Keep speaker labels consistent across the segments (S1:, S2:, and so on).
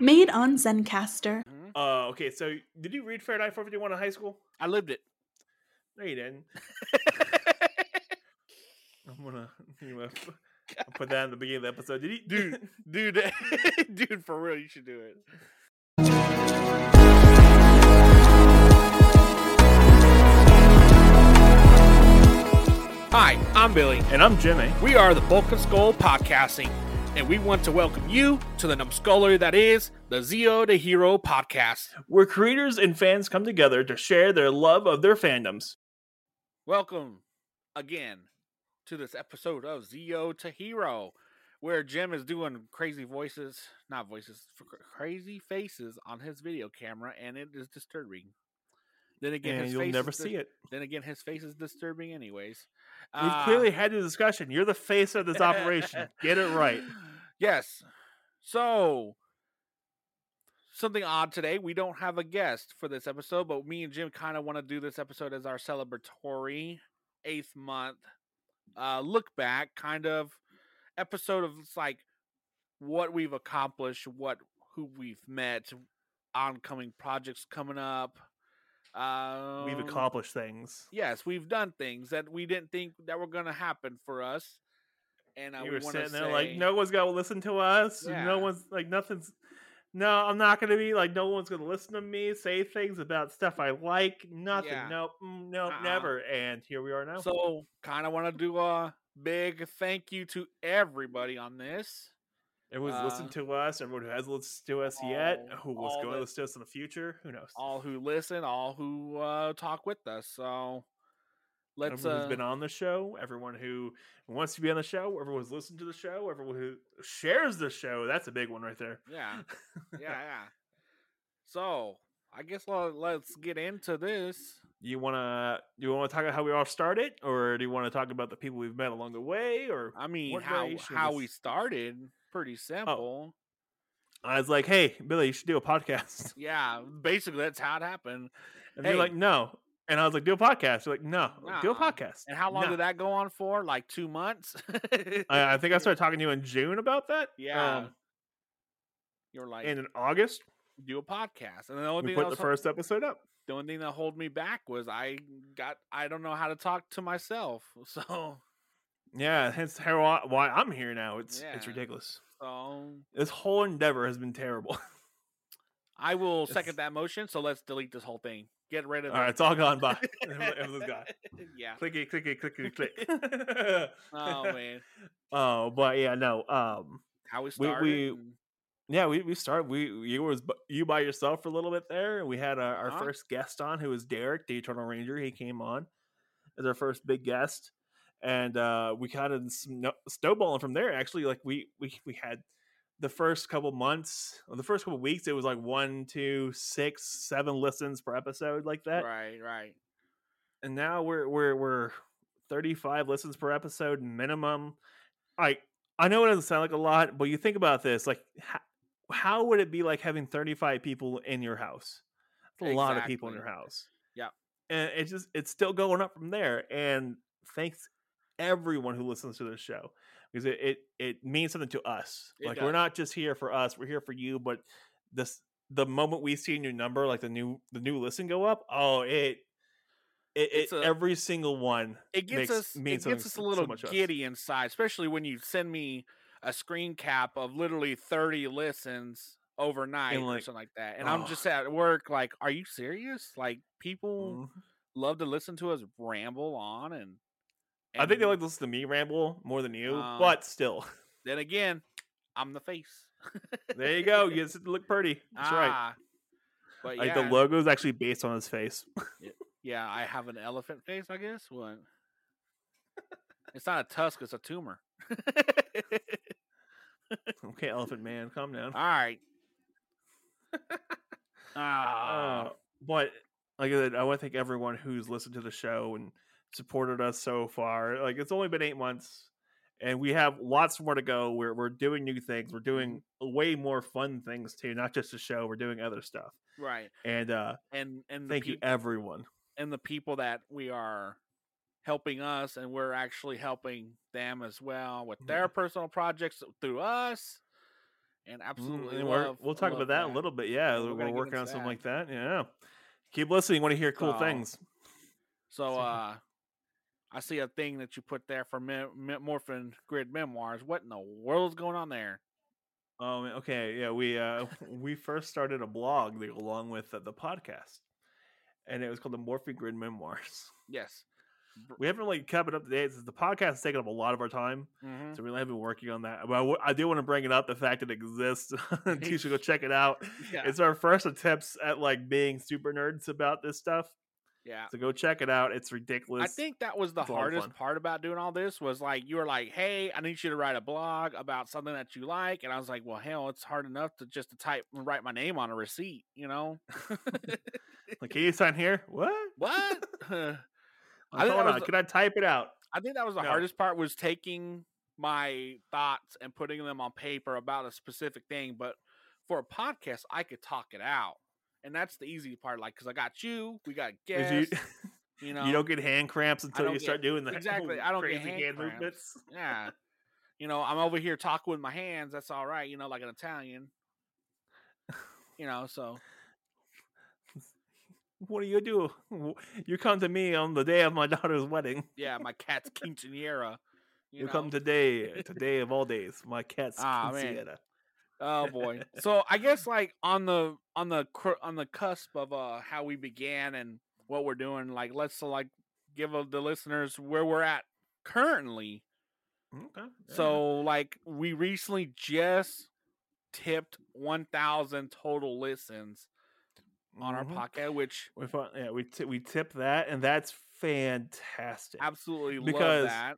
S1: Made on Zencaster.
S2: Uh, okay, so did you read Fahrenheit 451 in high school?
S3: I lived it.
S2: No, you didn't. I'm gonna, you know, I'll put that in the beginning of the episode. Did you,
S3: dude, dude, dude, for real, you should do it. Hi, I'm Billy.
S2: And I'm Jimmy.
S3: We are the Bulk of Skull podcasting, and we want to welcome you to the numbskullery that is the Zio to Hero podcast.
S2: Where creators and fans come together to share their love of their fandoms.
S3: Welcome again to this episode of Zio to Hero, where Jim is doing crazy voices, not voices, f- crazy faces on his video camera, and it is disturbing. Then again,
S2: And
S3: his
S2: you'll
S3: face
S2: never
S3: is dis-
S2: see it.
S3: Then again, his face is disturbing, anyways.
S2: We've
S3: Uh,
S2: clearly had the discussion. You're the face of this operation. Get it right.
S3: Yes. So, something odd today. We don't have a guest for this episode, but me and Jim kind of want to do this episode as our celebratory eighth month uh, look back, kind of episode of it's like what we've accomplished, what who we've met, oncoming projects coming up. Um,
S2: We've accomplished things.
S3: yes, we've done things that we didn't think that were going to happen for us. And I
S2: you were
S3: want
S2: sitting
S3: to say,
S2: there like, no one's gonna listen to us.
S3: Yeah.
S2: No one's like nothing's. No, I'm not gonna be like, no one's gonna listen to me say things about stuff I like. Nothing.
S3: Yeah.
S2: Nope. mm, Nope.
S3: Uh-uh.
S2: Never. And here we are now.
S3: So, kind of want to do a big thank you to everybody on this.
S2: Everyone's
S3: uh,
S2: listened to us. Everyone who has listened to us yet,
S3: all-
S2: who was
S3: all
S2: going to
S3: the-
S2: listen to us in the future, who knows?
S3: All who listen, all who uh, talk with us. So, let's.
S2: everyone
S3: Uh,
S2: who's been on the show, everyone who wants to be on the show, everyone's listened to the show, everyone who shares the show. That's a big one right there.
S3: Yeah, yeah, yeah. So, I guess let, let's get into this.
S2: You wanna you wanna talk about how we all started, or do you want to talk about the people we've met along the way, or
S3: I mean,
S2: What
S3: how
S2: variation
S3: how
S2: is-
S3: we started,
S2: Oh.
S3: pretty simple.
S2: I was like, "Hey, Billy, you should do a podcast."
S3: Yeah, basically that's how it happened.
S2: And you're like,
S3: Hey.
S2: "No," and I was like, "Do a podcast." You're like, "No, do a
S3: Nuh-uh.
S2: podcast."
S3: And how long
S2: No.
S3: did that go on for? Like two months.
S2: I, I think I started talking to you in June about that.
S3: Yeah,
S2: um,
S3: You're like,
S2: and in August
S3: do a podcast, and the only
S2: we
S3: thing that
S2: put the
S3: was-
S2: first episode up.
S3: the only thing that hold me back was I got I don't know how to talk to myself. So
S2: Yeah, hence how I, why I'm here now. It's it's
S3: Yeah.
S2: ridiculous.
S3: so
S2: This whole endeavor has been terrible.
S3: I will
S2: Yes.
S3: second that motion. So let's delete this whole thing. Get rid of
S2: All right,
S3: it.
S2: it's all gone by. Everything's gone.
S3: yeah.
S2: Clicky, clicky, clicky, click.
S3: Oh man.
S2: oh, but yeah, no. Um,
S3: How we
S2: We-
S3: started.
S2: we-
S3: and-
S2: yeah, we we started. We you was b- you by yourself for a little bit there. and We had our, our
S3: Uh-huh.
S2: first guest on, who was Derek, the Eternal Ranger. He came on as our first big guest, and uh, we kind of sno- snowballing from there. Actually, like we we we had the first couple months, or the first couple weeks, it was like one, two, six, seven listens per episode, like that.
S3: right, right.
S2: and now we're we're we're 35 listens per episode minimum like i know it doesn't sound like a lot but you think about this like how, how would it be like having 35 people in your house That's a lot of people in your
S3: Exactly.
S2: house
S3: Yep.
S2: and it's just it's still going up from there and thanks everyone who listens to this show because it it, it means something to us
S3: It
S2: like
S3: does.
S2: we're not just here for us we're here for you but this the moment we see a new number like the new the new listen go up oh it it,
S3: It's
S2: it
S3: a-
S2: every single one
S3: It
S2: makes-
S3: gets us
S2: means
S3: it gets
S2: something
S3: us
S2: so
S3: a little
S2: much to us.
S3: giddy inside, especially when you send me a screen cap of literally thirty listens overnight or
S2: like,
S3: something like that. And
S2: oh.
S3: I'm just at work like, are you serious? Like people
S2: mm-hmm.
S3: love to listen to us ramble on and,
S2: I think they
S3: and
S2: like to listen to me ramble more than you,
S3: Uh,
S2: but still,
S3: then again i'm the face
S2: there you go. You just have to look pretty. That's right.
S3: Ah, but yeah,
S2: Like the logo is actually based on his face.
S3: yeah i have an elephant face i guess what it's not a tusk it's a tumor
S2: okay, Elephant Man, calm down.
S3: all right ah
S2: Uh, but like I said, I want to thank everyone who's listened to the show and supported us so far. Like it's only been eight months, and we have lots more to go. We're we're doing new things. We're
S3: Mm-hmm.
S2: doing way more fun things too, not just the show. We're doing other stuff.
S3: right
S2: And uh
S3: and and the
S2: thank you,
S3: peop-
S2: everyone. Mm,
S3: and the people that we are helping us and we're actually helping them as well with
S2: Yeah.
S3: their personal projects through us and
S2: Mm-hmm. Mm,
S3: absolutely
S2: and we're-
S3: love.
S2: we'll talk
S3: love
S2: about that, a little bit. Yeah,
S3: we're
S2: we're,
S3: gonna get
S2: working on
S3: into
S2: something
S3: that.
S2: like that. Yeah. Keep listening. You want to hear cool
S3: So-
S2: things.
S3: So,
S2: So-
S3: uh, I see a thing that you put there for me- me- Morphin Grid Memoirs. What in the world's going on there?
S2: Um, okay, yeah, we uh, we first started a blog that, along with uh, the podcast, and it was called the Morphine Grid Memoirs.
S3: Yes.
S2: We haven't really kept it up to date. since The podcast has taken up a lot of our time,
S3: Mhm.
S2: so we have been working on that. But I wa- I do want to bring it up the fact it exists. you should go check it out.
S3: Yeah.
S2: It's our first attempts at like being super nerds about this stuff.
S3: yeah.
S2: So go check it out. It's
S3: I
S2: ridiculous.
S3: think that was the
S2: it's a lot of
S3: hardest
S2: fun.
S3: part about doing all this was like you were like, "Hey, I need you to write a blog about something that you like," and I was like, "Well, hell, it's hard enough to just to type and write my name on a receipt, you know?"
S2: like, can you sign here? What?
S3: what? I
S2: Like,
S3: think
S2: Hold
S3: that
S2: on.
S3: was the-
S2: Can I type it out?
S3: think that was the
S2: No.
S3: hardest part was taking my thoughts and putting them on paper about a specific thing. But for a podcast, I could talk it out, and that's the easy part. Like, because I got you, we got
S2: 'Cause
S3: guests,
S2: you-
S3: you, know,
S2: you don't get hand cramps until
S3: don't
S2: you
S3: get-
S2: start doing that.
S3: exactly, I don't get hand cramps. yeah. You know, I'm over here talking with my hands. That's all right. You know, like an Italian. You know, so
S2: What do you do? W- You come to me on the day of my daughter's wedding.
S3: yeah, my cat's quinceanera.
S2: You, come today, today of all days, my cat's
S3: Ah,
S2: ah,
S3: man. Oh boy. So I guess like on the on the cr- on the cusp of uh how we began and what we're doing, like let's uh, like give uh, the listeners where we're at currently.
S2: Okay.
S3: So like we recently just tipped 1000 total listens on
S2: Mm-hmm.
S3: our podcast, which
S2: we found, yeah, we t- we tip that, and that's fantastic.
S3: absolutely love
S2: Because-
S3: that.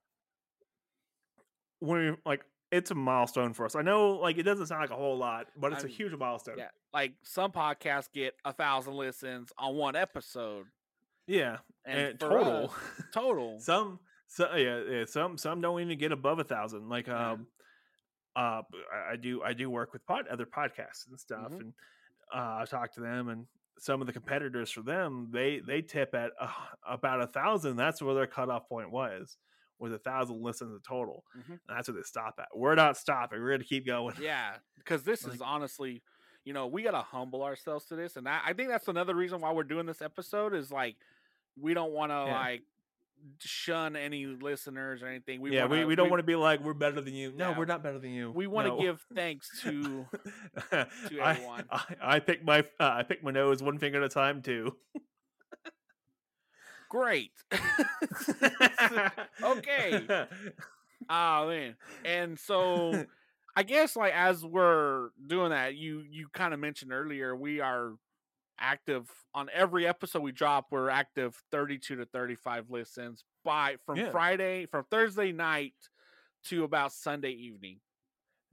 S2: When we, like, it's a milestone for us. I know, like, it doesn't sound like a whole lot, but it's
S3: I'm-
S2: a huge milestone.
S3: Yeah. Like some podcasts get a 1000 listens on one episode
S2: Yeah,
S3: and,
S2: and
S3: for uh,
S2: total.
S3: us, total.
S2: some so uh, yeah, yeah some some don't even get above a thousand like
S3: Yeah.
S2: um uh b- I- i do i do work with pod other podcasts and stuff
S3: Mhm.
S2: and uh i talk to them and some of the competitors for them they they tip at uh, about a thousand that's where their cutoff point was was a thousand listens total
S3: Mhm.
S2: and that's where they stop at we're not stopping we're gonna keep going
S3: Yeah, because this is
S2: Like-
S3: honestly, you know, we gotta humble ourselves to this, and I, I think that's another reason why we're doing this episode is like we don't want to
S2: Yeah.
S3: like shun any listeners or anything. We
S2: yeah we,
S3: wanna-
S2: we don't want to be like we're better than you no
S3: Yeah.
S2: we're not better than you
S3: We want to
S2: No.
S3: give thanks to
S2: I,
S3: everyone.
S2: I, I pick my uh, I pick my nose one finger at a time too.
S3: great. Okay. oh man, and so I guess like as we're doing that, you you kind of mentioned earlier we are active on every episode we drop. We're active thirty two to thirty five listens by from
S2: Yeah.
S3: Friday from Thursday night to about Sunday evening.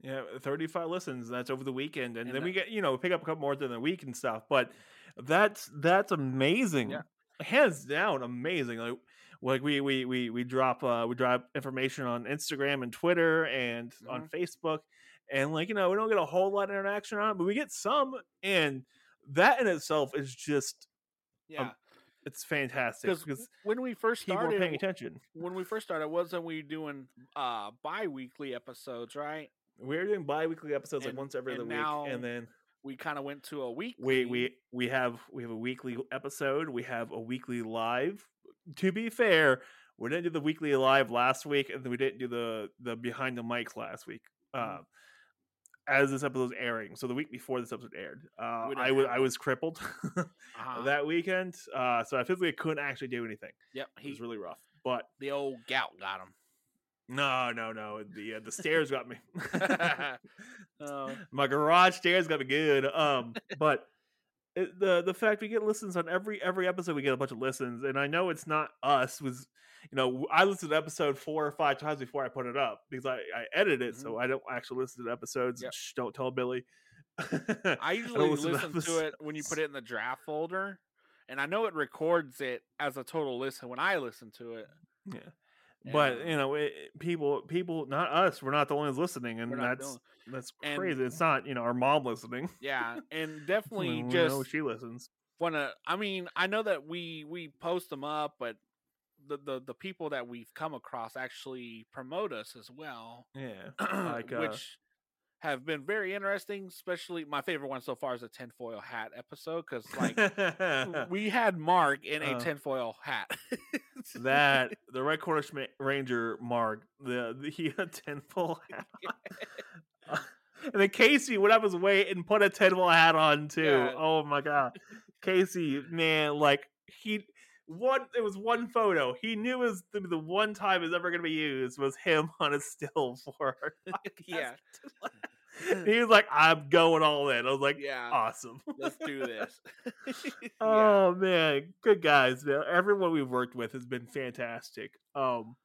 S2: Yeah, 35 listens. That's over the weekend, and,
S3: And
S2: then
S3: that-
S2: we get you know we pick up a couple more during the week and stuff. But that's that's amazing. hands down, amazing. Like like we we we we drop uh we drop information on Instagram and Twitter and on
S3: Mm-hmm.
S2: Facebook, and like you know we don't get a whole lot of interaction on it, but we get some, and that in itself is just
S3: Yeah,
S2: it's fantastic
S3: because
S2: because
S3: Um, when we first
S2: people are
S3: started,
S2: paying
S3: w-
S2: attention.
S3: when we first started, wasn't we doing uh bi-weekly episodes? Right,
S2: We're doing bi-weekly episodes
S3: And-
S2: like once every
S3: and
S2: other
S3: now
S2: week, and then
S3: we kind of went to a week.
S2: we we we have we have a weekly episode. We have a weekly live. To be fair, we didn't do the weekly live last week, and we didn't do the the behind the mics last week. Uh,
S3: Mm-hmm.
S2: as this episode's airing, so the week before this episode aired, uh,
S3: We didn't
S2: I was
S3: have
S2: I was crippled
S3: uh
S2: that weekend, uh, so I physically couldn't actually do anything.
S3: yep,
S2: It was
S3: he
S2: really rough, but
S3: the old gout got him.
S2: no, no, no. The uh, the stairs got me.
S3: Oh.
S2: my garage stairs got to be good. Um, but it, the the fact we get listens on every every episode, we get a bunch of listens, and I know it's not us. Was you know w- I listened to episode four or five times before I put it up because I I edit it, so I don't actually listen to episodes.
S3: Mm-hmm. Yep.
S2: Shh, don't tell Billy.
S3: I usually
S2: listen to
S3: listen to it when you put it in the draft folder, and I know it records it as a total listen when I listen to it.
S2: yeah. But
S3: Yeah.
S2: you know, it, it- people, people, not us. We're not the ones listening, and
S3: We're not
S2: that's
S3: doing-
S2: that's
S3: and-
S2: crazy. it's not you know our mom listening.
S3: yeah, and
S2: We
S3: definitely
S2: know
S3: just
S2: she listens.
S3: want to. I mean, I know that we we post them up, but the the, the people that we've come across actually promote us as well,
S2: Yeah, like uh,
S3: which have been very interesting. Especially my favorite one so far is the tinfoil hat episode because like we had Mark in a
S2: Uh.
S3: tinfoil hat.
S2: that the Red Corner Schma- Ranger Mark, the, the he had a tenfold hat. on. and then Casey went up his way and put a tenfold hat on too.
S3: Yeah.
S2: Oh my god, Casey, man, like he one it was one photo he knew was the, the one time it's ever going to be used was him on a still for our podcast.
S3: yeah,
S2: he was like i'm going all in i was like
S3: yeah.
S2: awesome
S3: Let's do this. yeah.
S2: Oh man, good guys, man. Everyone we've worked with has been fantastic. Um,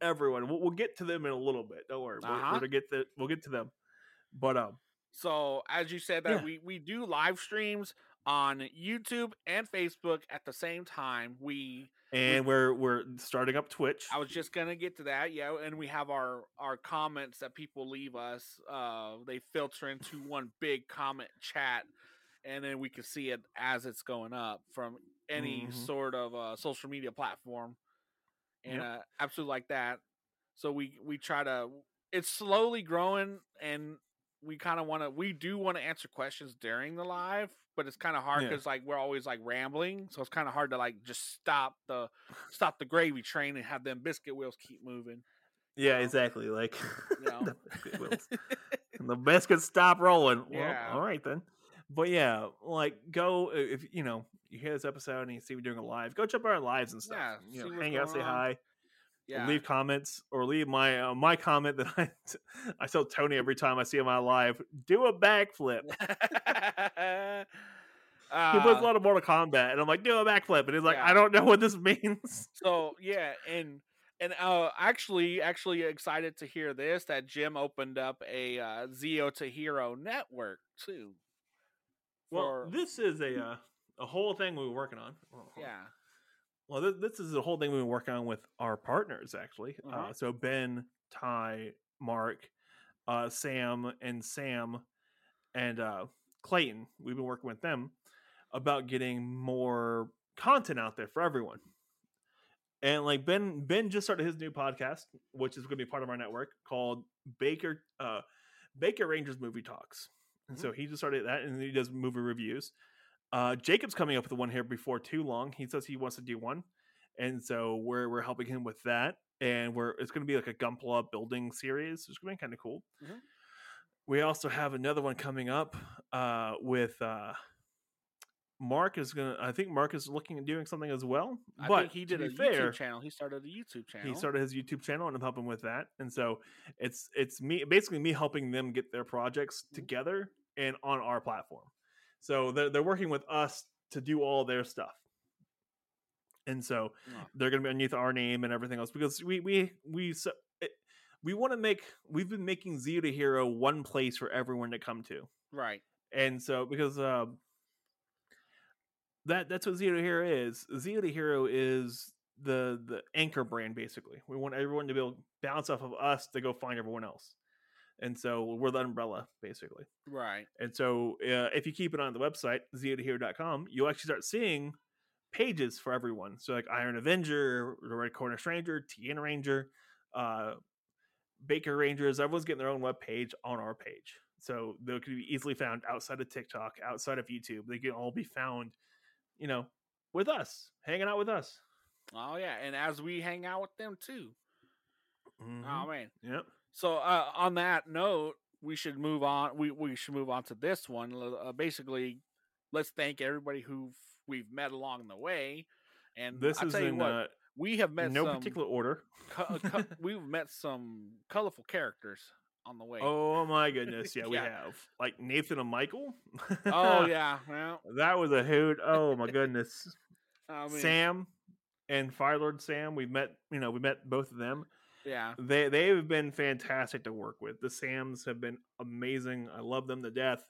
S2: everyone. We'll, we'll get to them in a little bit. Don't worry. We're, we're
S3: Uh-huh.
S2: gonna get the, We'll get to them. But um,
S3: So as you said that
S2: Yeah.
S3: we we do live streams on YouTube and Facebook at the same time. We
S2: and we're we're starting up Twitch.
S3: I was just gonna get to that, yeah. And we have our our comments that people leave us. Uh, they filter into one big comment chat, and then we can see it as it's going up from any
S2: Mhm.
S3: sort of uh, social media platform, and uh, absolutely like that. So we we try to. It's slowly growing, and we kind of want to. We do want to answer questions during the live, but it's kind of hard
S2: Yeah.
S3: because like we're always like rambling, so it's kind of hard to like just stop the stop the gravy train and have them biscuit wheels keep moving.
S2: yeah,
S3: know,
S2: exactly. Like
S3: you know.
S2: the biscuit wheels. And the biscuits stop rolling. Well,
S3: Yeah.
S2: all right then. But yeah, like go i- if you know you hear this episode and you see we're doing a live. Go check out our lives and stuff.
S3: Yeah,
S2: you
S3: see
S2: know,
S3: what's
S2: hang out, say
S3: going on.
S2: hi. or
S3: Yeah,
S2: leave comments or leave my uh, my comment that I I tell Tony every time I see him on live. Do a backflip. He plays
S3: Uh,
S2: a lot of Mortal Kombat, and I'm like, do a backflip, and he's like,
S3: yeah.
S2: I don't know what this means.
S3: so yeah, and and uh, actually, actually excited to hear this that Jim opened up a uh, Zio to Hero network too.
S2: Well,
S3: for-
S2: this is a uh, a whole thing we were working on. Hold on, hold on.
S3: yeah,
S2: Well, this, this is the whole thing we were working on with our partners, actually. Uh,
S3: Uh-huh.
S2: so Ben, Ty, Mark, uh, Sam, and Sam, and uh, Clayton. We've been working with them about getting more content out there for everyone. And like Ben, Ben just started his new podcast, which is going to be part of our network called Baker uh, Baker Rangers Movie Talks. And
S3: Mm-hmm.
S2: so he just started that, and he does movie reviews. Uh, Jacob's coming up with one here before too long. He says he wants to do one, and so we're we're helping him with that. And we're it's going to be like a Gumpla building series, which is going to be kind of cool.
S3: Mhm.
S2: We also have another one coming up uh, with uh, Mark is going to. I think Mark is looking at doing something as well.
S3: I
S2: but
S3: think he did
S2: to
S3: a
S2: be fair,
S3: YouTube channel. He started a YouTube channel.
S2: he started his YouTube channel and I'm helping with that. And so it's it's me basically me helping them get their projects
S3: Mhm.
S2: together and on our platform. So they're they're working with us to do all their stuff. And so
S3: Oh,
S2: they're going to be underneath our name and everything else because we we we so, it, we want to make we've been making Zero to Hero one place for everyone to come to
S3: right.
S2: and so because um that that's what Zero to Hero is. Zero to Hero is the the anchor brand basically. We want everyone to be able to bounce off of us to go find everyone else, and so we're the umbrella basically.
S3: Right.
S2: And so uh, if you keep it on the website zerotohero.com, E you'll actually start seeing pages for everyone. So like Iron Avenger, the Red Corner Stranger, Tien Ranger, uh, Baker Rangers. Everyone's getting their own web page on our page. So they can be easily found outside of TikTok, outside of YouTube. They can all be found, you know, with us, hanging out with us.
S3: Oh yeah, and as we hang out with them too.
S2: Mhm.
S3: Oh man.
S2: Yep.
S3: So uh, on that note, we should move on. We we should move on to this one. L- Uh, basically, let's thank everybody who we've met along the way. And
S2: This
S3: I
S2: is
S3: tell you
S2: in
S3: what, um,
S2: uh,
S3: we have met
S2: no
S3: some
S2: particular order.
S3: co- uh, co- we've met some colorful characters on the way.
S2: Oh my goodness. Yeah, we
S3: Yeah.
S2: have like Nathan and Michael.
S3: Oh, yeah. Well,
S2: That was a hoot. Oh my goodness.
S3: I mean,
S2: Sam and Firelord Sam, we've met, you know, we met both of them.
S3: yeah,
S2: They they've been fantastic to work with. The Sams have been amazing. I love them to death.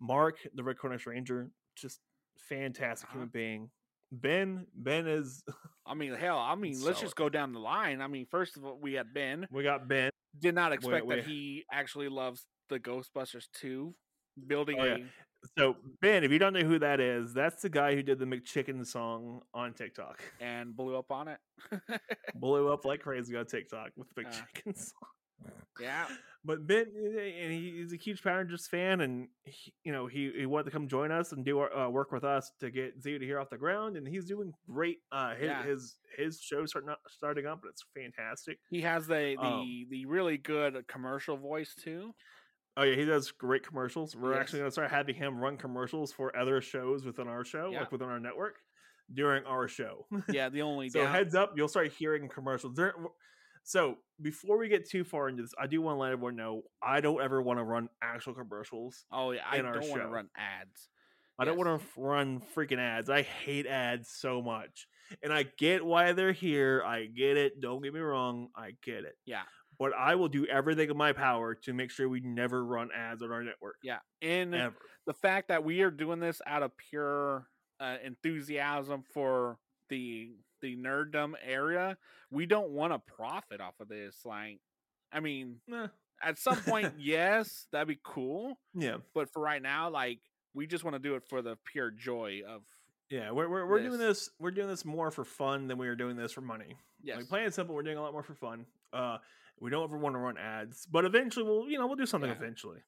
S2: Mark, the Red Cornish Ranger, just fantastic
S3: Uh-huh.
S2: human being. Ben, Ben is
S3: I mean, hell, I mean, let's just go down the line. I mean, first of all, we had Ben.
S2: we got Ben.
S3: Did not expect
S2: wait.
S3: that he actually loves the Ghostbusters too. Building
S2: Oh, yeah.
S3: a
S2: So Ben, if you don't know who that is, that's the guy who did the McChicken song on TikTok.
S3: and blew up on it.
S2: Blew up like crazy on TikTok with the
S3: Uh,
S2: McChicken song.
S3: yeah.
S2: But Ben, eh, and he- he's a huge Power Rangers fan, and he, you know he, he wanted to come join us and do our, uh, work with us to get Zeta here off the ground, and he's doing great. Uh, his
S3: Yeah.
S2: his, his show starting up- starting up, and it's fantastic.
S3: He has the the
S2: Um,
S3: the really good uh, commercial voice too.
S2: Oh yeah, he does great commercials. We're actually
S3: Yes.
S2: gonna start having him run commercials for other shows within our show,
S3: Yeah.
S2: like within our network, during our show.
S3: Yeah, the only
S2: So
S3: down-
S2: heads up, you'll start hearing commercials. There, w- so before we get too far into this, I do want to let everyone know I don't ever want to run actual commercials.
S3: Oh yeah, I
S2: in our
S3: don't want to
S2: show.
S3: run ads.
S2: I don't
S3: Yes.
S2: want to run freaking ads. I hate ads so much, and I get why they're here. I get it. Don't get me wrong. I get it.
S3: Yeah.
S2: But I will do everything in my power to make sure we never run ads on our network.
S3: Yeah, and
S2: Ever.
S3: the fact that we are doing this out of pure uh, enthusiasm for the the nerddom area, we don't want to profit off of this. Like, I mean,
S2: Nah,
S3: at some point, yes, that'd be cool,
S2: Yeah.
S3: but for right now, like, we just want to do it for the pure joy of
S2: Yeah. We're, we're, we're doing
S3: This.
S2: this. We're doing this more for fun than we are doing this for money.
S3: yes,
S2: Like plain and simple, we're doing a lot more for fun. Uh, we don't ever want to run ads, but eventually we'll, you know, we'll do something
S3: Yeah.
S2: eventually.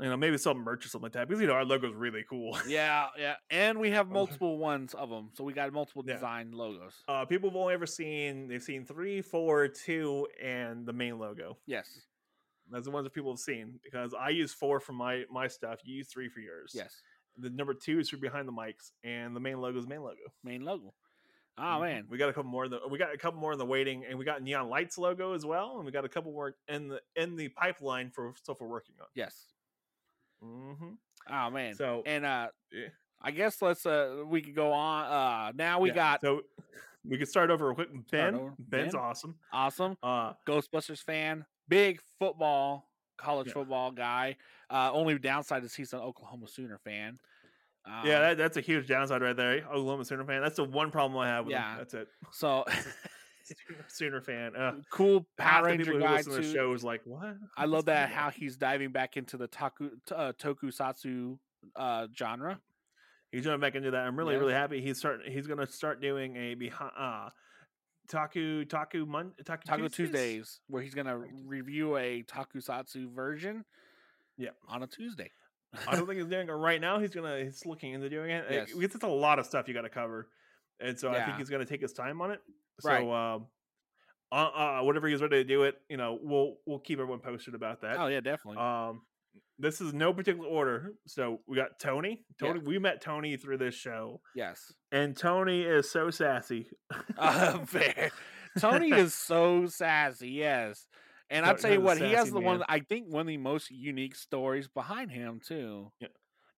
S2: You know, maybe sell merch or something like that because you know our logo's really cool.
S3: yeah, yeah, and we have
S2: Oh.
S3: multiple ones of them, so we got multiple
S2: Yeah.
S3: design logos.
S2: Uh, people have only ever seen they've seen three, four, two, and the main logo.
S3: Yes,
S2: That's the ones that people have seen because I use four for my my stuff. You use three for yours.
S3: yes,
S2: The number two is for behind the mics, and the main logo is main logo.
S3: main logo. Oh
S2: Mhm.
S3: man,
S2: we got a couple more. In the, we got a couple more in the waiting, and we got neon lights logo as well, and we got a couple more in the in the pipeline for stuff we're working
S3: yes.
S2: on. hmm
S3: Oh man.
S2: So
S3: and uh
S2: Yeah.
S3: I guess let's uh we could go on uh now we
S2: Yeah,
S3: got
S2: so we could start over real quick. Ben,
S3: over.
S2: Ben's
S3: Ben?
S2: awesome.
S3: awesome
S2: Uh,
S3: Ghostbusters fan, big football, college
S2: Yeah.
S3: football guy. Uh only downside is he's an Oklahoma Sooner fan. Um,
S2: yeah, that, that's a huge downside right there. Oklahoma Sooner fan. That's the one problem I have with
S3: Yeah.
S2: him. That's it.
S3: so
S2: Sooner fan. Uh,
S3: cool
S2: half
S3: Mm, Power
S2: the
S3: Ranger
S2: people who
S3: guy
S2: listen to the
S3: too.
S2: show is like, what?
S3: I love
S2: What's going
S3: that
S2: on?
S3: how he's diving back into the taku, t- uh, tokusatsu uh genre.
S2: he's jumping back into that. I'm really,
S3: Yeah.
S2: really happy. He's starting. He's gonna start doing a behind. Uh, Taku Taku Mon Taku,
S3: Taco
S2: Tuesdays?
S3: Tuesdays where he's going to
S2: Taco Tuesdays.
S3: review a takusatsu version
S2: Yeah.
S3: on a Tuesday.
S2: I don't think he's doing it right now. He's gonna he's looking into doing it. Like,
S3: Yes.
S2: Because it's a lot of stuff you got to cover, and so I
S3: Yeah.
S2: think he's gonna take his time on it. So
S3: Right.
S2: um, uh, uh, whenever he's ready to do it, you know, we'll we'll keep everyone posted about that.
S3: Oh yeah, definitely.
S2: Um, this is no particular order. So we got Tony.
S3: Yeah.
S2: Tony, we met Tony through this show,
S3: yes.
S2: and Tony is so sassy.
S3: Uh, fair. Tony is so sassy, yes. And I'll
S2: Tony
S3: tell you
S2: is a
S3: what, he has
S2: sassy
S3: the one
S2: man.
S3: I think one of the most unique stories behind him too.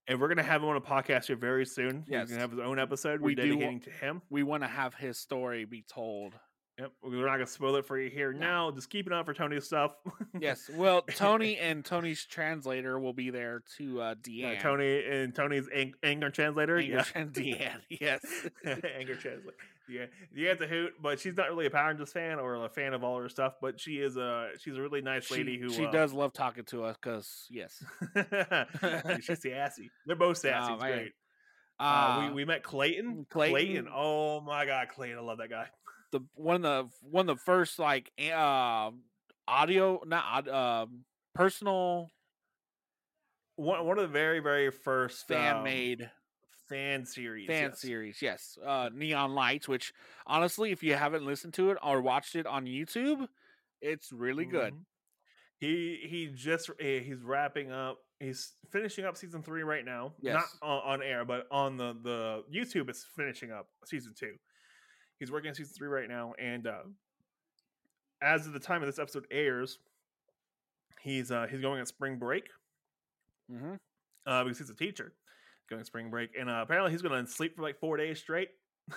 S2: and we're gonna have him on a podcast here very soon.
S3: Yes.
S2: He's gonna have his own episode. We're
S3: We do wa-
S2: dedicating to him.
S3: We want to have his story be told.
S2: Yep. We're not gonna spoil it for you here now. Just keep an eye out for Tony's stuff. Uh,
S3: Yes. Well, Tony and Tony's translator will be there to uh
S2: Yeah,
S3: Deanne.
S2: Tony and Tony's ang- anger translator.
S3: Anger and Deanne, yes.
S2: yeah, anger translator. Yeah, you have to hoot, but she's not really a Power Rangers fan or a fan of all her stuff. But she is a she's a really nice lady
S3: she,
S2: who
S3: she
S2: uh,
S3: does love talking to us because yes.
S2: she's sassy. They're both sassy.
S3: Oh,
S2: it's
S3: man.
S2: great.
S3: Uh, mm,
S2: Uh, we we met Clayton.
S3: Clayton.
S2: Oh my God, Clayton! I love that guy.
S3: the one of the one of the first like a- uh audio not aud- uh, personal
S2: One one of the very very first
S3: fan
S2: um,
S3: made
S2: fan series.
S3: fan
S2: yes.
S3: series yes uh neon lights which honestly if you haven't listened to it or watched it on youtube it's really good
S2: Mhm. He he just eh, he's wrapping up. He's finishing up season three right now.
S3: Yes.
S2: Not on, on air, but on the the YouTube, it's finishing up season two. He's working on season three right now, and uh, as of the time of this episode airs, he's uh, he's going on spring break
S3: mm-hmm.
S2: uh, because he's a teacher. He's going on spring break, and uh, apparently he's going to sleep for like four days straight.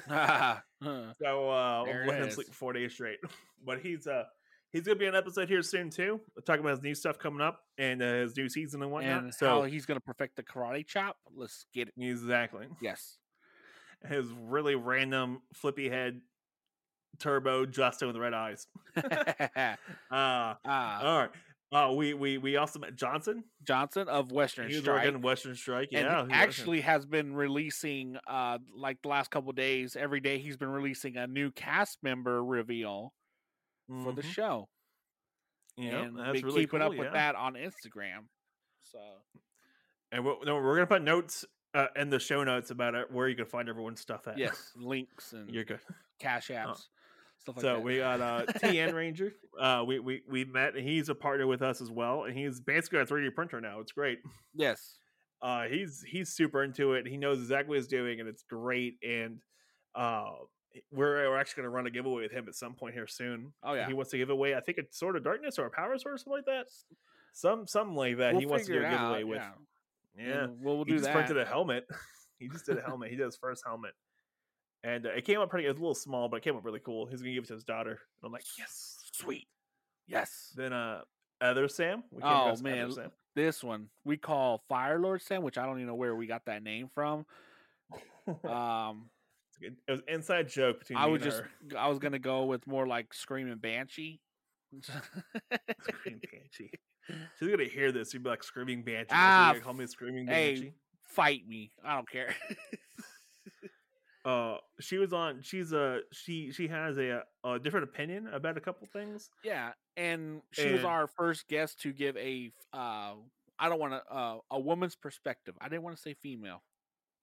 S3: Mm-hmm.
S2: So uh,
S3: There
S2: I'm
S3: it
S2: letting him sleep
S3: is.
S2: for four days straight. but he's uh he's gonna be on an episode here soon too. We'll talk about his new stuff coming up and uh, his new season and whatnot.
S3: and how
S2: so
S3: he's gonna perfect the karate chop let's get it
S2: exactly
S3: yes
S2: his really random flippy head turbo Justo with red eyes. Uh,
S3: uh,
S2: all right. Uh, we we we also met Johnson.
S3: johnson of western
S2: He was
S3: strike
S2: working in Western Strike. yeah,
S3: and he
S2: he was working-
S3: actually has been releasing uh like the last couple days every day he's been releasing a new cast member reveal for the
S2: Mhm.
S3: show
S2: Yeah,
S3: and
S2: Mm-hmm. that's
S3: be
S2: really
S3: keeping up
S2: cool,
S3: with
S2: yeah.
S3: that on Instagram. So
S2: And we're, no, we're gonna put notes uh, in the show notes about it, where you can find everyone's stuff at.
S3: yes, links and
S2: you're good.
S3: cash apps, stuff like
S2: so
S3: that.
S2: we got uh, TN Ranger. Uh, we we we met. and He's a partner with us as well, and he's basically a 3D printer now. It's great.
S3: yes,
S2: uh he's he's super into it he knows exactly what he's doing and it's great and uh we're, we're actually going to run a giveaway with him at some point here soon
S3: Oh, yeah.
S2: he wants to give away i think it's sort of darkness or a power source something like that some something like that
S3: We'll
S2: he wants to do
S3: figure
S2: a
S3: it
S2: giveaway
S3: out,
S2: with
S3: yeah.
S2: yeah,
S3: And we'll, we'll
S2: he
S3: do
S2: just
S3: that.
S2: printed a helmet he just did a helmet he did his first helmet and uh, it came up pretty it was a little small but it came up really cool he's going to give it to his daughter and i'm like yes
S3: Sweet, yes.
S2: then uh other sam we
S3: Oh,
S2: across Other
S3: man.
S2: Sam.
S3: This one we call Fire Lord Sam, which I don't even know where we got that name from. Um,
S2: it was an inside joke between
S3: I
S2: me
S3: was
S2: and
S3: just
S2: her.
S3: I was gonna go with more like screaming banshee.
S2: Screaming banshee. She's gonna hear this. She'd be like screaming banshee. That's what
S3: Ah,
S2: they call me screaming
S3: hey.
S2: banshee.
S3: Fight me! I don't care.
S2: Uh, she was on. She's a she. She has a, a different opinion about a couple things.
S3: yeah, and she was
S2: And-
S3: our first guest to give a uh, I don't want to uh, a woman's perspective. I didn't want to say female.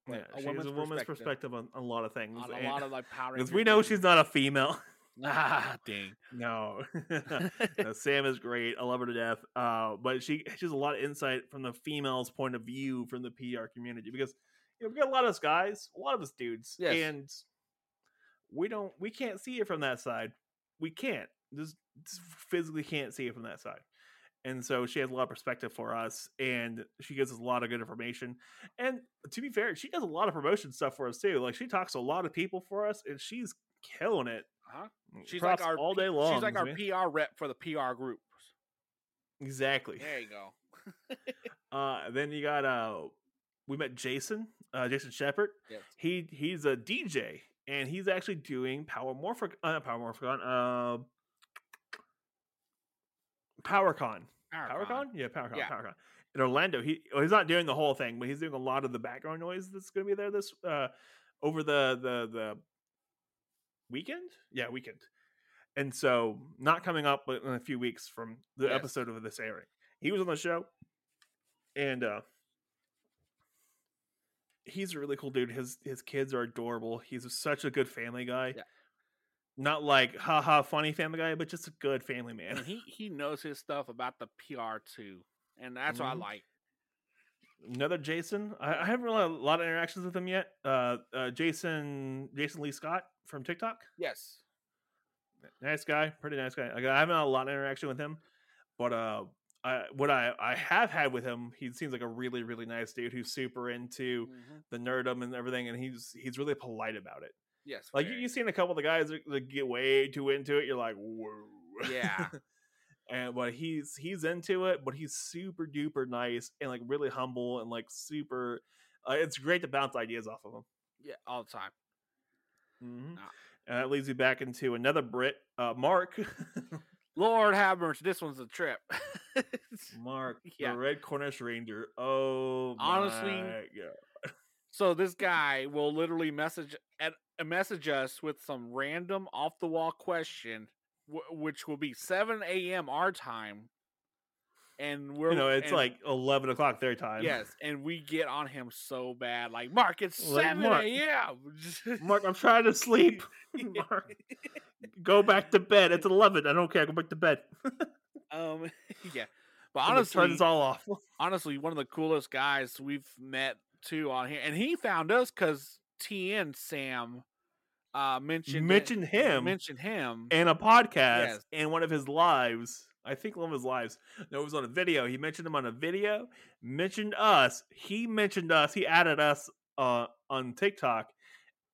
S2: Yeah,
S3: but
S2: she has a woman's perspective on, on a lot of things.
S3: on a lot of like power.
S2: because we know she's not a female.
S3: ah dang.
S2: No, No, Uh, Sam is great. I love her to death. Uh, but she she has a lot of insight from the female's point of view from the PR community because you know, we got a lot of us guys, a lot of us dudes,
S3: Yes.
S2: and we don't we can't see it from that side. We can't just, just physically can't see it from that side. And so she has a lot of perspective for us, and she gives us a lot of good information. And to be fair, she does a lot of promotion stuff for us too. Like she talks to a lot of people for us, and she's killing it.
S3: Huh? Uh-huh. She's like
S2: Props
S3: our
S2: all
S3: P-
S2: day long.
S3: She's like our
S2: man.
S3: PR rep for the PR group.
S2: Exactly.
S3: There you go.
S2: Uh, then you got uh, we met Jason, uh, Jason Shepard.
S3: Yes.
S2: He he's a DJ and he's actually doing Power Morphic, uh, not Power Morphicon, uh, PowerCon, PowerCon, yeah, PowerCon,
S3: Yeah.
S2: PowerCon in Orlando. He well, he's not doing the whole thing, but he's doing a lot of the background noise that's going to be there this uh, over the the the weekend. Yeah, weekend. And so, not coming up but in a few weeks from the
S3: Yes.
S2: episode of this airing, he was on the show, and uh, he's a really cool dude. His his kids are adorable. He's such a good family guy.
S3: Yeah.
S2: Not like haha funny family guy, but just a good family man.
S3: And he he knows his stuff about the PR too, and that's what I
S2: Mhm.
S3: like.
S2: another Jason. I, I haven't really had a lot of interactions with him yet. Uh, uh, Jason, Jason Lee Scott from TikTok.
S3: Yes.
S2: Nice guy, pretty nice guy. Like, I haven't had a lot of interaction with him, but uh, I, what I I have had with him, he seems like a really really nice dude who's super into
S3: Mhm.
S2: the nerdum and everything, and he's he's really polite about it.
S3: Yes.
S2: Like you,
S3: very.
S2: you've seen a couple of the guys that, that get way too into it. You're like, whoa,
S3: Yeah.
S2: and but he's he's into it but he's super duper nice and like really humble and like super uh, it's great to bounce ideas off of him
S3: yeah. All the time.
S2: Mhm.
S3: Ah.
S2: and that leads me back into another brit uh mark
S3: Lord have mercy. This one's a trip.
S2: mark
S3: Yeah.
S2: the red cornish ranger oh
S3: Honestly,
S2: my God.
S3: So this guy will literally message and message us with some random off the wall question, wh- which will be 7 a.m. our time, and we're
S2: you know it's
S3: and-
S2: like 11 o'clock their time
S3: yes, and we get on him so bad, like Mark, it's
S2: Like,
S3: seven
S2: "Mark,
S3: a.m.
S2: mark i'm trying to sleep mark go back to bed it's 11 i don't care go back to bed
S3: um, yeah, but
S2: I'm gonna turn
S3: honestly,
S2: this all off
S3: honestly, one of the coolest guys we've met too on here, and he found us because TN Sam uh mentioned
S2: Mentioned him.
S3: mentioned him,
S2: and a podcast
S3: Yes.
S2: and one of his lives. I think one of his lives. No, it was on a video. He mentioned him on a video. Mentioned us. He mentioned us. He added us uh, on TikTok.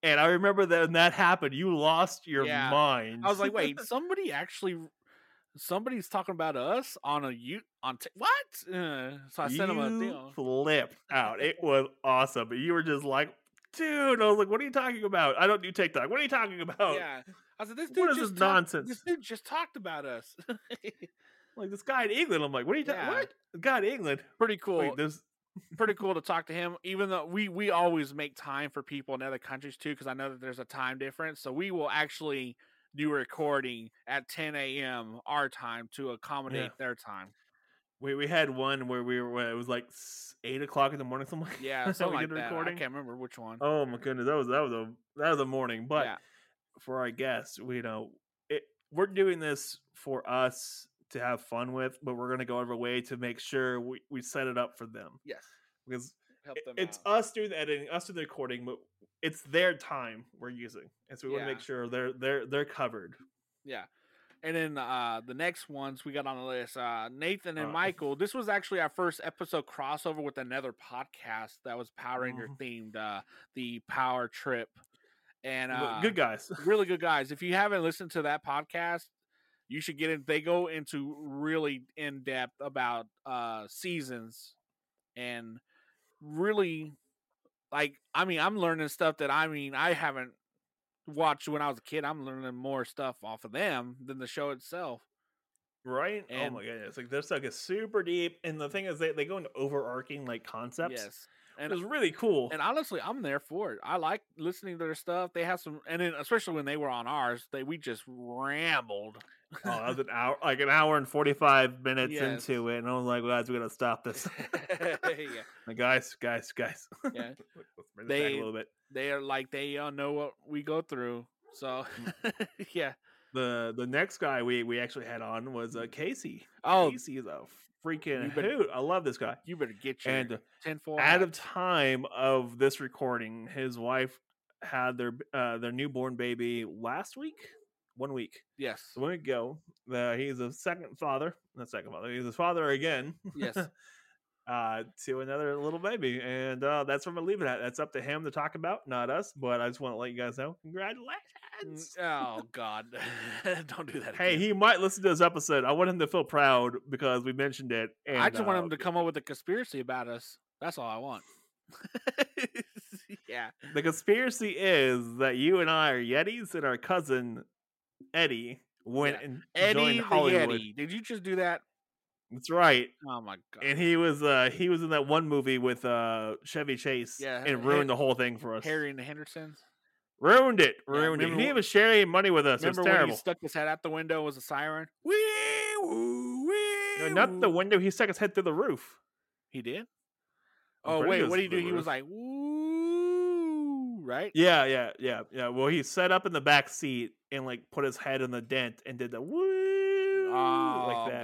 S2: And I remember that when that happened, you lost your
S3: Yeah.
S2: mind.
S3: I was like, wait, somebody actually, somebody's talking about us on a you on t- what? Uh, so I
S2: you
S3: sent him a deal.
S2: flipped out. It was awesome. But you were just like, dude. I was like, what are you talking about? I don't do TikTok. What are you talking about?
S3: Yeah, I said this dude
S2: oh, What is
S3: just
S2: this
S3: talk-
S2: nonsense?
S3: This dude just talked about us.
S2: Like this guy in England. I'm like, what are you talking?
S3: Yeah.
S2: What? This guy in England?
S3: pretty cool.
S2: Wait, there's
S3: pretty cool to talk to him. Even though we we always make time for people in other countries too, because I know that there's a time difference. So we will actually do recording at 10 a.m. our time to accommodate their time.
S2: We we had one where we were where it was like s- eight o'clock in the morning. Something like
S3: Yeah,
S2: we
S3: something like
S2: did a
S3: that.
S2: recording?
S3: I can't remember which one.
S2: Oh my goodness, that was that was a that was a morning. But
S3: Yeah.
S2: for our guests, we know it, we're doing this for us to have fun with, but we're gonna go out of our way to make sure we, we set it up for them
S3: Yes,
S2: because
S3: help
S2: it-
S3: them.
S2: it's
S3: out.
S2: us doing the editing, us doing the recording, but it's their time we're using, and so we want to
S3: Yeah.
S2: make sure they're they're they're covered.
S3: Yeah. And then uh, the next ones we got on the list, uh, Nathan and
S2: Uh,
S3: Michael. This was actually our first episode crossover with another podcast that was Power Ranger
S2: Mhm.
S3: themed, uh, the Power Trip. And
S2: Look,
S3: uh,
S2: Good guys.
S3: really good guys. If you haven't listened to that podcast, you should get in. They go into really in depth about uh seasons and really like I mean I'm learning stuff that I mean I haven't watched when I was a kid. I'm learning more stuff off of them than the show itself.
S2: Right?
S3: And-
S2: oh my goodness. Like their stuff is super deep. And the thing is they, they go into overarching like concepts.
S3: Yes.
S2: It
S3: And
S2: was really cool.
S3: and honestly, I'm there for it. I like listening to their stuff. They have some and then especially when they were on ours, they we just rambled.
S2: oh, that was an hour like an hour and forty five minutes
S3: Yes.
S2: into it. And I was like, guys, we gotta stop this.
S3: Yeah.
S2: Like, guys, guys, guys.
S3: Yeah.
S2: Let's bring this back
S3: They-
S2: a little bit.
S3: they are like they all know what we go through. So
S2: Mm.
S3: yeah.
S2: The the next guy we we actually had on was uh, Casey.
S3: Oh,
S2: Casey is a freaking
S3: You better-
S2: hoot. I love this guy.
S3: you better get your
S2: And
S3: tinfoil.
S2: at
S3: hat.
S2: of time of this recording, his wife had their uh, their newborn baby last week, one week.
S3: yes,
S2: So when we go, uh, he's a second father, not second father, he's a father again
S3: yes,
S2: uh, to another little baby. And uh, that's where I'm going to leave it at. That's up to him to talk about, not us. But I just want to let you guys know
S3: Mm, N-
S2: congratulations.
S3: oh God, don't do that.
S2: Hey,
S3: again.
S2: he might listen to this episode. I want him to feel proud because we mentioned it. And,
S3: I just want
S2: uh,
S3: him to come up with a conspiracy about us. That's all I want. yeah,
S2: The conspiracy is that you and I are Yetis and our cousin Eddie went
S3: Yeah.
S2: and
S3: Eddie
S2: joined
S3: the
S2: Hollywood.
S3: Yeti. Did you just do that?
S2: That's right.
S3: Oh my God.
S2: And he was uh he was in that one movie with uh Chevy Chase
S3: Yeah,
S2: and
S3: Har-
S2: ruined the whole thing for us.
S3: Harry and the Hendersons.
S2: Ruined it.
S3: Yeah,
S2: Ruined it. He
S3: remember
S2: didn't
S3: wh-
S2: even share any money with us. It was
S3: Remember when he
S2: terrible.
S3: stuck his head out the window? and Was a siren? Wee woo
S2: No,
S3: wee.
S2: not the window. He stuck his head through the roof.
S3: He did.
S2: I'm
S3: Oh
S2: pretty
S3: wait,
S2: sure
S3: what did he
S2: it's
S3: do?
S2: the
S3: He was
S2: roof.
S3: like, "Woo!" Right?
S2: Yeah, yeah, yeah, yeah. Well, he sat up in the back seat and like put his head in the dent and did the woo
S3: Oh
S2: like that.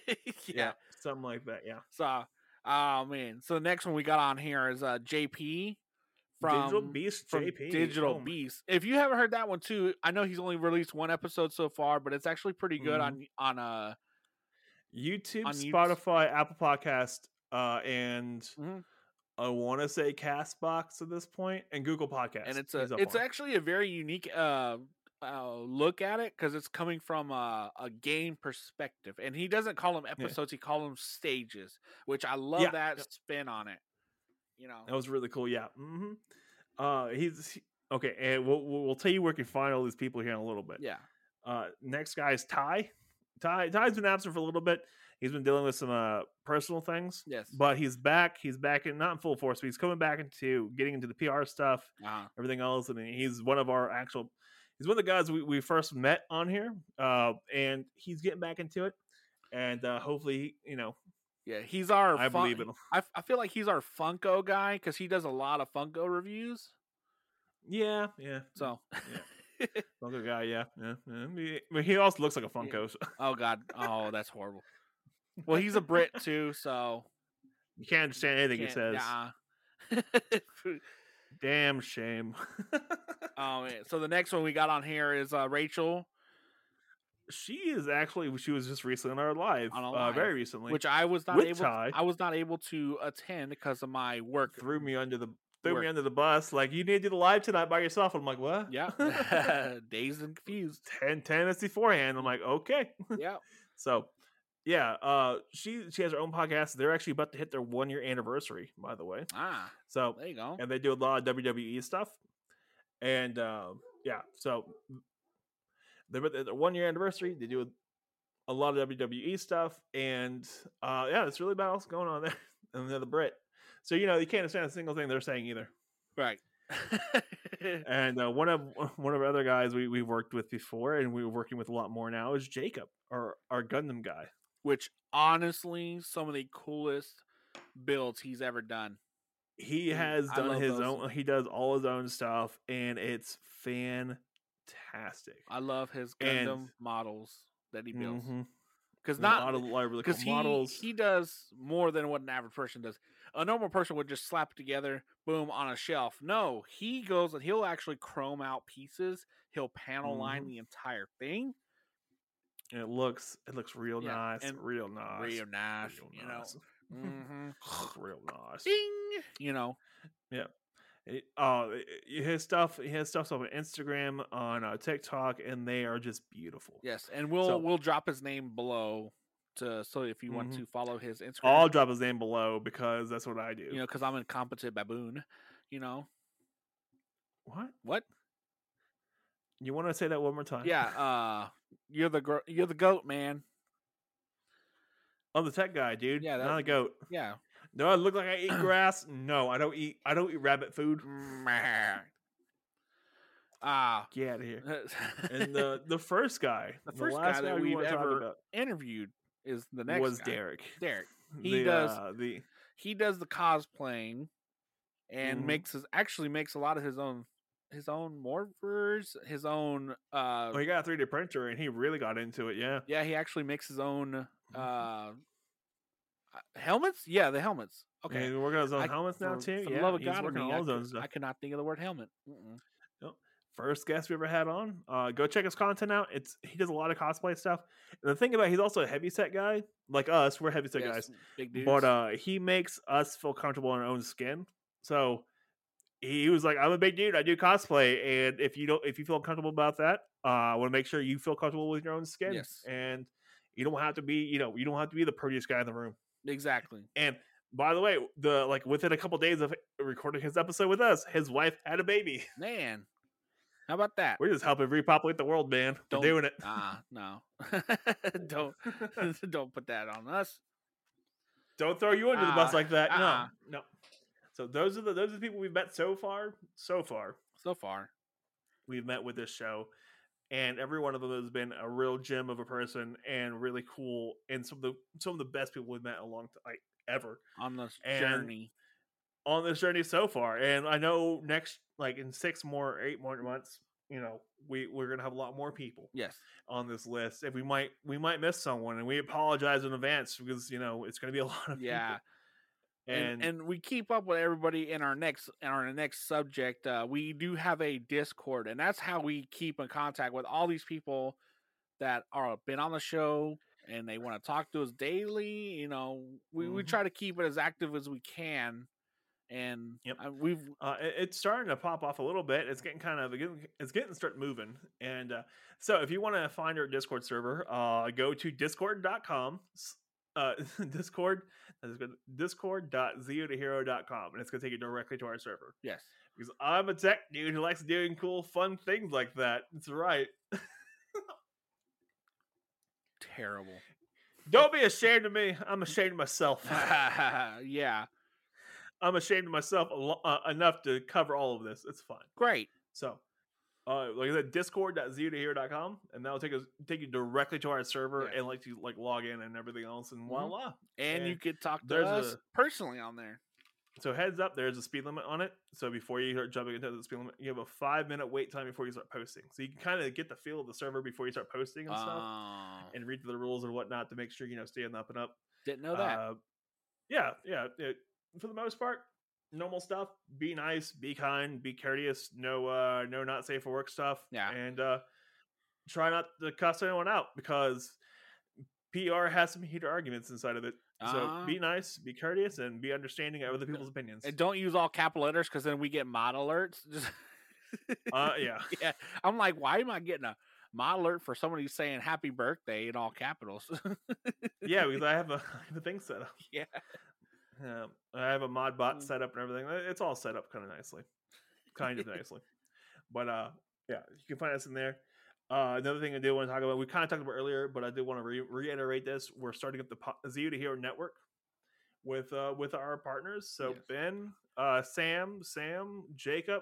S3: yeah.
S2: Yeah, something like that. Yeah,
S3: So, oh man. So the next one we got on here is uh JP from
S2: Digital Beast
S3: from
S2: JP.
S3: Digital
S2: Oh my-
S3: Beast. If you haven't heard that one too, I know he's only released one episode so far, but it's actually pretty good
S2: Mm-hmm.
S3: on on uh
S2: YouTube,
S3: on YouTube.
S2: Spotify, Apple Podcast, uh, and
S3: Mhm.
S2: I want to say Castbox at this point, and Google Podcast.
S3: and it's a it's actually a very unique uh uh, look at it because it's coming from a, a game perspective, and he doesn't call them episodes; he calls them stages, which I love
S2: Yeah.
S3: that
S2: Yep.
S3: spin on it. You know,
S2: that was really cool. Yeah. hmm Uh, he's he- okay, and we'll we'll we'll tell you where you can find all these people here in a little bit.
S3: yeah,
S2: Uh, next guy is Ty. Ty Ty's been absent for a little bit. He's been dealing with some uh personal things,
S3: yes,
S2: but he's back. He's back in not in full force, but he's coming back into getting into the PR stuff.
S3: uh
S2: everything else. and he's one of our actual, he's one of the guys we, we first met on here, uh, and he's getting back into it. And uh, hopefully, you know,
S3: yeah, he's our.
S2: I
S3: fun-
S2: believe it.
S3: I, f- I feel like he's our Funko guy because he does a lot of Funko reviews.
S2: Yeah, yeah. So
S3: So,
S2: Funko guy, yeah, yeah. yeah. He- But he also looks like a Funko. so
S3: oh god, oh that's horrible. Well, he's a Brit too, so
S2: you can't understand anything he
S3: can't-
S2: says.
S3: Nah.
S2: Damn shame.
S3: oh man. So the next one we got on here is uh, Rachel,
S2: she is actually she was just recently on our live,
S3: On our
S2: uh,
S3: live,
S2: very recently,
S3: which I was not
S2: with
S3: able.
S2: Ty.
S3: I was not able to attend because of my work.
S2: threw me under the threw
S3: Work.
S2: me under the bus. Like you need to do the live tonight by yourself. I'm like, what?
S3: Yeah, dazed and confused.
S2: ten ten minutes beforehand. I'm like, okay.
S3: Yeah,
S2: So yeah, uh she she has her own podcast. They're actually about to hit their one year anniversary, by the way.
S3: ah,
S2: So
S3: there you go.
S2: and they do a lot of WWE stuff. And um yeah, so they're about to hit their one year anniversary, they do a, a lot of WWE stuff, and uh yeah, that's really about all that's going on there. and they're the Brit. So you know you can't understand a single thing they're saying either.
S3: Right.
S2: and uh, one of one of our other guys we we worked with before, and we were working with a lot more now is Jacob, our our Gundam guy.
S3: Which honestly, some of the coolest builds he's ever done.
S2: He
S3: Dude,
S2: has
S3: Mm, I
S2: done
S3: love
S2: his
S3: those.
S2: own. He does all his own stuff, and it's fantastic.
S3: I love his
S2: And-
S3: Gundam models that he builds
S2: Mhm.
S3: because
S2: There's a
S3: not
S2: lot of like, really
S3: because
S2: cool
S3: he
S2: models.
S3: he does more than what an average person does. A normal person would just slap it together, boom, on a shelf. No, he goes and he'll actually chrome out pieces. He'll panel line
S2: Mhm.
S3: the entire thing.
S2: and it looks it looks real
S3: Yeah,
S2: nice,
S3: and
S2: real nice,
S3: Real nice,
S2: real
S3: you know.
S2: nice.
S3: hmm
S2: Looks real nice.
S3: Ding, you know.
S2: It, oh, it- it- his stuff, his stuff's on Instagram, on uh, TikTok, and they are just beautiful.
S3: Yes, and we'll
S2: So-
S3: we'll drop his name below to so if you want
S2: Mhm.
S3: to follow his Instagram,
S2: I'll drop his name below because that's what I do.
S3: you know, because I'm an incompetent baboon. You know
S2: what?
S3: what?
S2: You want to say that one more time?
S3: Yeah, uh, you're the gro- you're the goat, man.
S2: I'm the tech guy, dude.
S3: Yeah,
S2: Yeah,
S3: that-
S2: not a goat.
S3: Yeah,
S2: Do I look like I eat grass? No, I don't eat. I don't eat rabbit food.
S3: Mm. ah.
S2: Get out of here. And the the first guy,
S3: The first guy that
S2: we
S3: we've
S2: wanna talk
S3: ever-
S2: about
S3: interviewed is the next
S2: was
S3: guy,
S2: Derek.
S3: Derek. He
S2: The,
S3: does-
S2: uh, the
S3: He does the cosplaying and
S2: Mhm.
S3: makes his actually makes a lot of his own his own morphers, his own uh
S2: oh, he got a 3D printer and he really got into it. Yeah,
S3: yeah, he actually makes his own
S2: Mhm.
S3: uh uh, helmets? Yeah, the helmets.
S2: okay.
S3: Okay.
S2: he's working on his own
S3: I-
S2: helmets now
S3: for-
S2: too.
S3: for the
S2: yeah,
S3: love of
S2: he's
S3: God,
S2: working
S3: I,
S2: on
S3: mean,
S2: all
S3: I,
S2: his own
S3: could,
S2: stuff.
S3: I could not think of the word helmet. Mm-mm.
S2: first guest we ever had on. Uh, go check his content out. It's he does a lot of cosplay stuff. And the thing about he's also a heavy set guy, like us. We're heavy set
S3: Yes,
S2: guys,
S3: big dudes.
S2: but uh, he makes us feel comfortable in our own skin. So he was like, "I'm a big dude. I do cosplay, and if you don't, if you feel comfortable about that, uh, I want to make sure you feel comfortable with your own skin.
S3: Yes.
S2: And you don't have to be, you know, you don't have to be the prettiest guy in the room.
S3: exactly.
S2: And by the way, the like within a couple days of recording his episode with us, his wife had a baby.
S3: Man. How about that?
S2: We're just helping repopulate the world, man. We're
S3: Don't-
S2: doing it.
S3: Ah, no. don't don't put that on us.
S2: Don't throw you under the bus
S3: Ah,
S2: like that.
S3: uh-uh.
S2: No, no. So those are the those are the people we've met so far. So far,
S3: So far.
S2: we've met with this show, and every one of them has been a real gem of a person and really cool, and some of the some of the best people we've met a long time like, ever
S3: on this
S2: And-
S3: journey.
S2: on this journey so far. And I know next, like in six more, eight more months, you know, we we're gonna have a lot more people.
S3: Yes.
S2: on this list and we might we might miss someone and we apologize in advance because you know it's going to be a lot of people.
S3: Yeah. And,
S2: and,
S3: and we keep up with everybody in our next in our next subject. Uh, we do have a Discord, and that's how we keep in contact with all these people that are been on the show and they want to talk to us daily. You know, we, we
S2: Mhm.
S3: try to keep it as active as we can, and
S2: Yep.
S3: uh, we've
S2: uh, it- it's starting to pop off a little bit it's getting kind of it's getting start moving and uh, so if you want to find our discord server uh, go to discord.com s- uh, discord that's good discord.zeotohero.com and it's going to take you directly to our server
S3: yes,
S2: because i'm a tech dude who likes doing cool fun things like that that's right
S3: terrible.
S2: don't be ashamed of me i'm ashamed of myself
S3: yeah,
S2: I'm ashamed of myself a lo- uh, enough to cover all of this. It's fine.
S3: great.
S2: So, uh, like I said, discord.zerotohero.com, and that'll take us take you directly to our server
S3: Yeah.
S2: and like to like log in and everything else, and
S3: Mhm.
S2: voila.
S3: And, you
S2: And
S3: could talk to
S2: there's
S3: us
S2: a-
S3: personally on there.
S2: So heads up, there's a speed limit on it. So before you start jumping into the speed limit, you have a five minute wait time before you start posting. So you can kind of get the feel of the server before you start posting and stuff,
S3: Oh,
S2: and read the rules and whatnot to make sure you know stay on the up and up.
S3: didn't know that.
S2: Uh, yeah, yeah, yeah. For the most part, normal stuff. Be nice, be kind, be courteous. No, uh, no, not safe for work stuff.
S3: Yeah.
S2: and uh, try not to cuss anyone out because PR has some heated arguments inside of it.
S3: Ah.
S2: Uh, so be nice, be courteous, and be understanding of other people's opinions.
S3: And don't use all capital letters because then we get mod alerts. Just-
S2: Uh, yeah,
S3: yeah. I'm like, why am I getting a mod alert for somebody saying happy birthday in all capitals?
S2: yeah, because I have a, I have a thing set up.
S3: Yeah.
S2: Um, I have a mod bot
S3: Mm.
S2: set up and everything. Uh, It's all set up kind of nicely, kind of nicely. But uh, yeah, you can find us in there. Uh, another thing I do want to talk about, we kind of talked about earlier, but I do want to re- reiterate this: we're starting up the po- Zero to Hero Network with uh, with our partners. So
S3: Yes.
S2: Ben, uh, Sam, Sam, Jacob,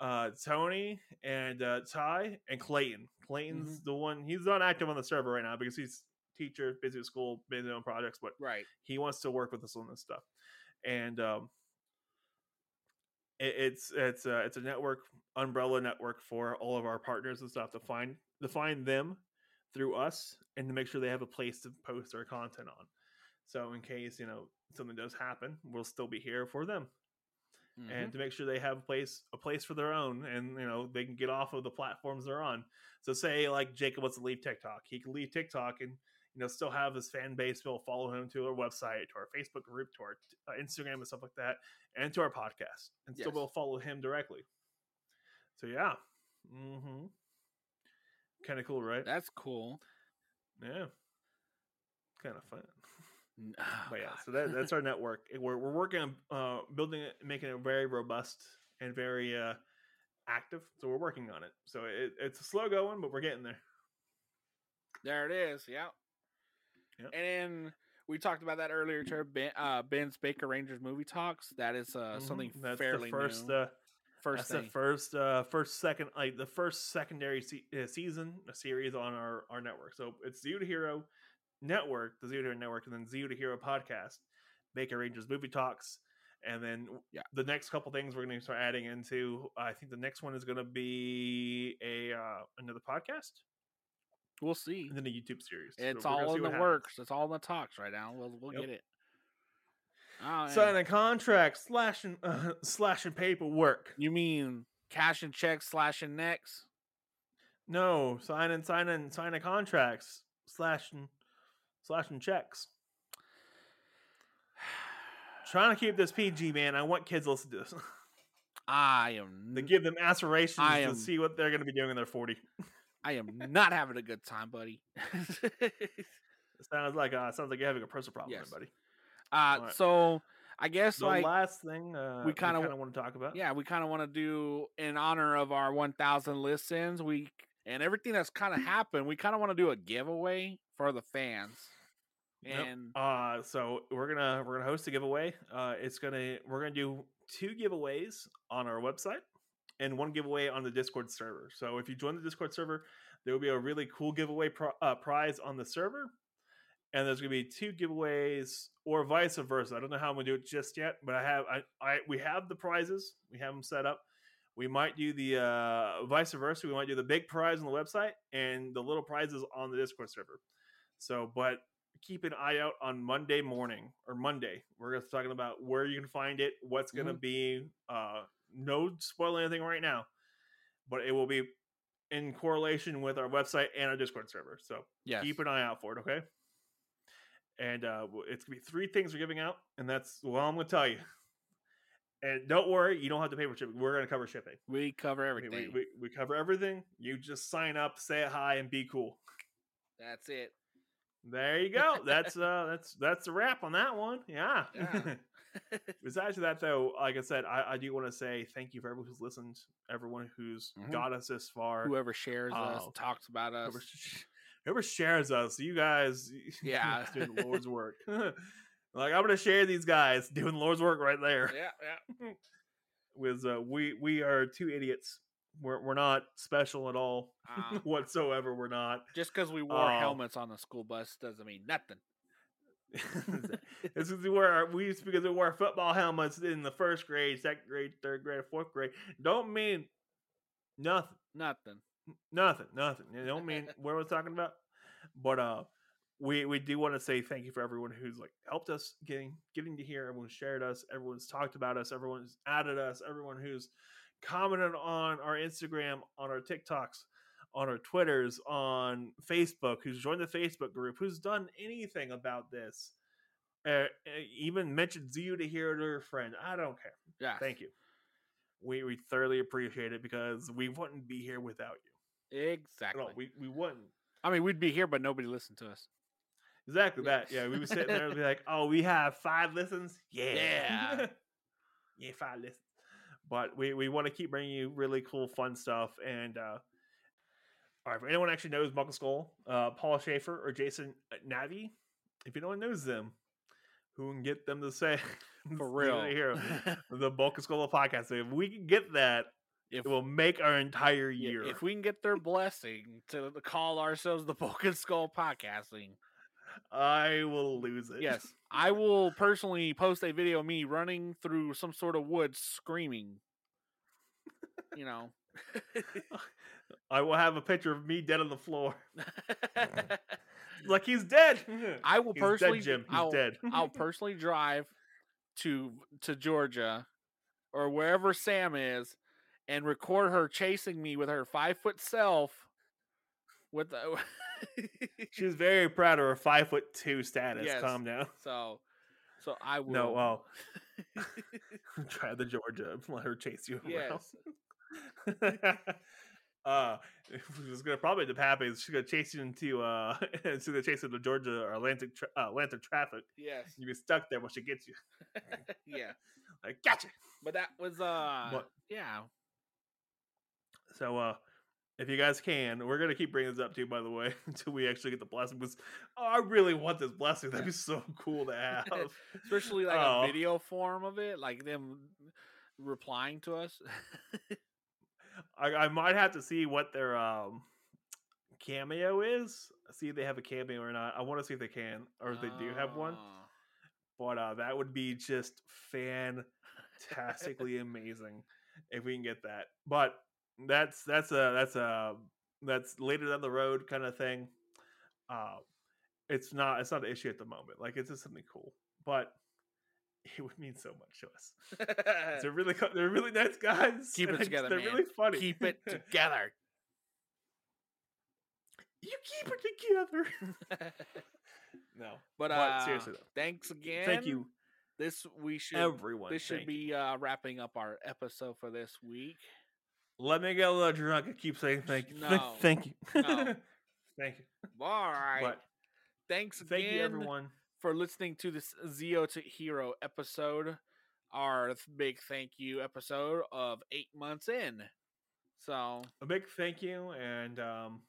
S2: uh, Tony and uh, Ty and Clayton. Clayton's the one he's not active on the server right now because he's teacher, busy with school, busy on projects, but
S3: Right.
S2: he wants to work with us on this stuff and um it, it's it's a, it's a network umbrella network for all of our partners and stuff to find to find them through us and to make sure they have a place to post their content on so in case you know something does happen we'll still be here for them
S3: Mm-hmm.
S2: and to make sure they have a place a place for their own and you know they can get off of the platforms they're on so say like jacob wants to leave tiktok he can leave tiktok and you know still have his fan base will follow him to our website to our facebook group to our uh, instagram and stuff like that and to our podcast and still
S3: Yes.
S2: will follow him directly so yeah mm-hmm. kind of cool right
S3: That's cool.
S2: yeah kind of fun
S3: N- oh,
S2: but yeah,
S3: God.
S2: so that, that's our network. And We're, we're working on uh, building it, making it very robust and very uh, active. So we're working on it. So it, it's slow going, but we're getting there.
S3: there it is. Yeah.
S2: Yep.
S3: And then we talked about that earlier to ben, uh, Ben's Baker Rangers movie talks. That is uh,
S2: Mhm.
S3: something
S2: that's
S3: fairly
S2: the first.
S3: new.
S2: Uh,
S3: first
S2: that's the
S3: thing.
S2: first, uh, first, second, like the first secondary se- uh, season a series on our our network. So it's Zero to Hero Network, the Zero to Hero Network, and then Zero to Hero Podcast, Baker Rangers Movie Talks, and then w-
S3: Yeah.
S2: the next couple things we're going to start adding into. I think the next one is going to be a uh, another podcast
S3: we'll see.
S2: and then a YouTube series. So
S3: It's
S2: we're gonna
S3: all
S2: see
S3: in
S2: what
S3: the
S2: happens.
S3: works. It's all in the talks right now. We'll we'll
S2: Yep.
S3: get it. Oh, man.
S2: Signing contracts, slashing, uh, slashing paperwork.
S3: you mean cash and checks, slashing necks?
S2: No, sign and sign and sign a contracts, slashing, slashing checks. Trying to keep this PG, man. I want kids to listen to this.
S3: I am
S2: to
S3: n-
S2: give them aspirations
S3: I
S2: to
S3: am-
S2: see what they're going to be doing when they're forty.
S3: I am not having a good time, buddy.
S2: It sounds like uh, sounds like you're having a personal problem,
S3: Yes.
S2: there, buddy.
S3: uh,
S2: Alright.
S3: so I guess
S2: The
S3: like
S2: last thing uh, we kind
S3: kinda
S2: of
S3: w-
S2: want to talk about,
S3: yeah, we kind of want to do in honor of our 1,000 listens. We and everything that's kind of happened. We kind of want to do a giveaway for the fans.
S2: Yep.
S3: And
S2: Uh, so we're gonna we're gonna host a giveaway. Uh, it's gonna we're gonna do two giveaways on our website and one giveaway on the Discord server. So if you join the Discord server, there will be a really cool giveaway pro- uh, prize on the server, and there's gonna be two giveaways or vice versa. I don't know how I'm gonna do it just yet, but I have I, I we have the prizes, we have them set up. We might do the uh, vice versa. We might do the big prize on the website and the little prizes on the Discord server. So, but keep an eye out on Monday morning or Monday. We're going to be talking about where you can find it, what's going to be. Uh, no spoiling anything right now, but it will be in correlation with our website and our Discord server. So
S3: yes,
S2: keep an eye out for it, okay? And uh, w- it's gonna be three things we're giving out, and that's all I'm gonna tell you. And don't worry, you don't have to pay for shipping. We're gonna cover shipping.
S3: we cover
S2: We,
S3: everything.
S2: we, we, we cover everything. You just sign up, say hi, and be cool.
S3: That's it.
S2: There you go. That's uh that's that's a wrap on that one. Yeah.
S3: Yeah.
S2: Besides that though, like I said, I, I do want to say thank you for everyone who's listened, everyone who's
S3: Mhm.
S2: got us this far.
S3: Whoever shares us,
S2: Oh.
S3: talks about us.
S2: Whoever, sh- whoever shares us, you guys
S3: Yeah.
S2: doing the Lord's work. like I'm gonna share these guys doing the Lord's work right there.
S3: yeah, yeah.
S2: With uh, we we are two idiots. We're we're not special at all
S3: Uh,
S2: whatsoever. We're not.
S3: just because we wore
S2: Oh.
S3: helmets on the school bus doesn't mean nothing.
S2: This is where our- we used because we wear football helmets in the first grade, second grade, third grade, fourth grade. Don't mean nothing,
S3: Nothing.
S2: nothing, nothing. It don't mean what we're talking about. But uh, we we do want to say thank you for everyone who's like helped us getting getting to here. Everyone's shared us. Everyone's talked about us. Everyone's added us. Everyone who's commented on our Instagram, on our TikToks, on our Twitters, on Facebook, who's joined the Facebook group, who's done anything about this, uh, uh, even mentioned you to hear to her friend. I don't care.
S3: Yeah.
S2: Thank you. We, we thoroughly appreciate it because we wouldn't be here without you.
S3: Exactly.
S2: At all. We, we wouldn't.
S3: I mean, we'd be here, but nobody listened to us.
S2: Exactly
S3: Yeah.
S2: that. Yeah, we would sit there and be like, "Oh, we have five listens. Yeah,
S3: Yeah.
S2: yeah, five listens." But we we want to keep bringing you really cool, fun stuff. And uh, all right, if anyone actually knows Buckle Skull, uh, Paul Schaefer or Jason Navi, if anyone knows them, who can get them to say
S3: For
S2: You're
S3: real.
S2: the hero, the Buckle Skull podcast? If we can get that,
S3: If
S2: It will make our entire
S3: yeah,
S2: year.
S3: if we can get their blessing to call ourselves the Vulcan Skull Podcasting,
S2: I will lose it.
S3: yes, I will personally post a video of me running through some sort of woods screaming. You know,
S2: I will have a picture of me dead on the floor. Like he's dead.
S3: I will
S2: He's
S3: personally.
S2: dead, Jim. He's
S3: I'll,
S2: dead.
S3: I'll personally drive to to Georgia or wherever Sam is and record her chasing me with her five foot self with the,
S2: She was very proud of her five foot two status.
S3: Yes.
S2: Calm down.
S3: so so I will
S2: No, oh. Try the Georgia. Let her chase you around.
S3: yes
S2: uh what's gonna probably end up happening is she's gonna chase you into uh she's gonna chase into Georgia or Atlantic tra- uh, Atlantic traffic.
S3: yes
S2: You get stuck there when she gets you.
S3: yeah
S2: Like gotcha.
S3: but that was uh
S2: But-
S3: yeah
S2: So uh if you guys can, we're gonna keep bringing this up too, by the way, until we actually get the blessing. Because oh, I really want this blessing. That'd be so cool to have.
S3: especially like
S2: Oh.
S3: a video form of it like them replying to us
S2: I, I might have to see what their um cameo is. See if they have a cameo or not. I want to see if they can or if they do have one.
S3: Oh.
S2: But uh, that would be just fantastically amazing if we can get that. But that's that's a that's a that's later down the road kind of thing. Uh, it's not it's not an issue at the moment. Like it's just something cool, but it would mean so much to us. They're really co- they're really nice guys.
S3: Eh. Keep
S2: and
S3: it
S2: I just-
S3: together,
S2: They're
S3: man.
S2: really funny.
S3: keep it together
S2: you keep it together. no,
S3: but,
S2: But
S3: uh
S2: seriously though,
S3: thanks again
S2: thank you
S3: this we should
S2: everyone.
S3: this should
S2: Thank you.
S3: be uh wrapping up our episode for this week
S2: Let me get a little drunk and keep saying thank you. Thank-
S3: No.
S2: Thank you.
S3: No.
S2: thank you.
S3: all right
S2: But
S3: thanks again
S2: thank you, everyone.
S3: for listening to this zero to hero episode our th- big thank you episode of eight months in so
S2: A big thank you. And um,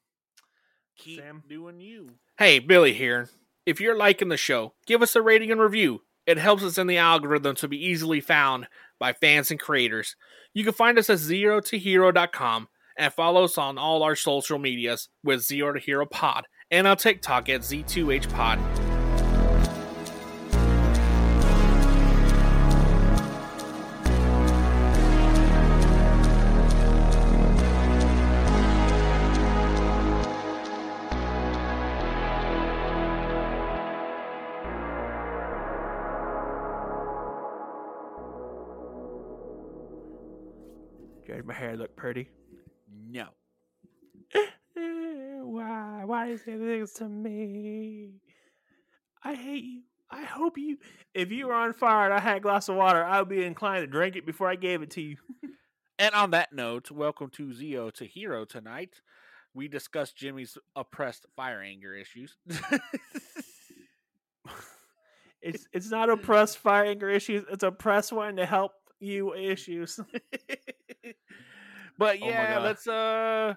S3: keep
S2: Sam?
S3: doing you hey billy here if you're liking the show give us a rating and review it helps us in the algorithm to be easily found by fans and creators you can find us at zero to hero.com and follow us on all our social medias with zero to hero pod and on tiktok at z2h pod
S2: does my hair look pretty?
S3: no
S2: Eh, Why? Why do you say things to me? I hate you. I hope you. If you were on fire and I had a glass of water, I would be inclined to drink it before I gave it to you.
S3: And on that note, welcome to Zio to Hero tonight. We discussed Jimmy's oppressed fire anger issues.
S2: It's it's not oppressed fire anger issues. It's oppressed wanting to help you issues.
S3: but yeah,
S2: God.
S3: let's uh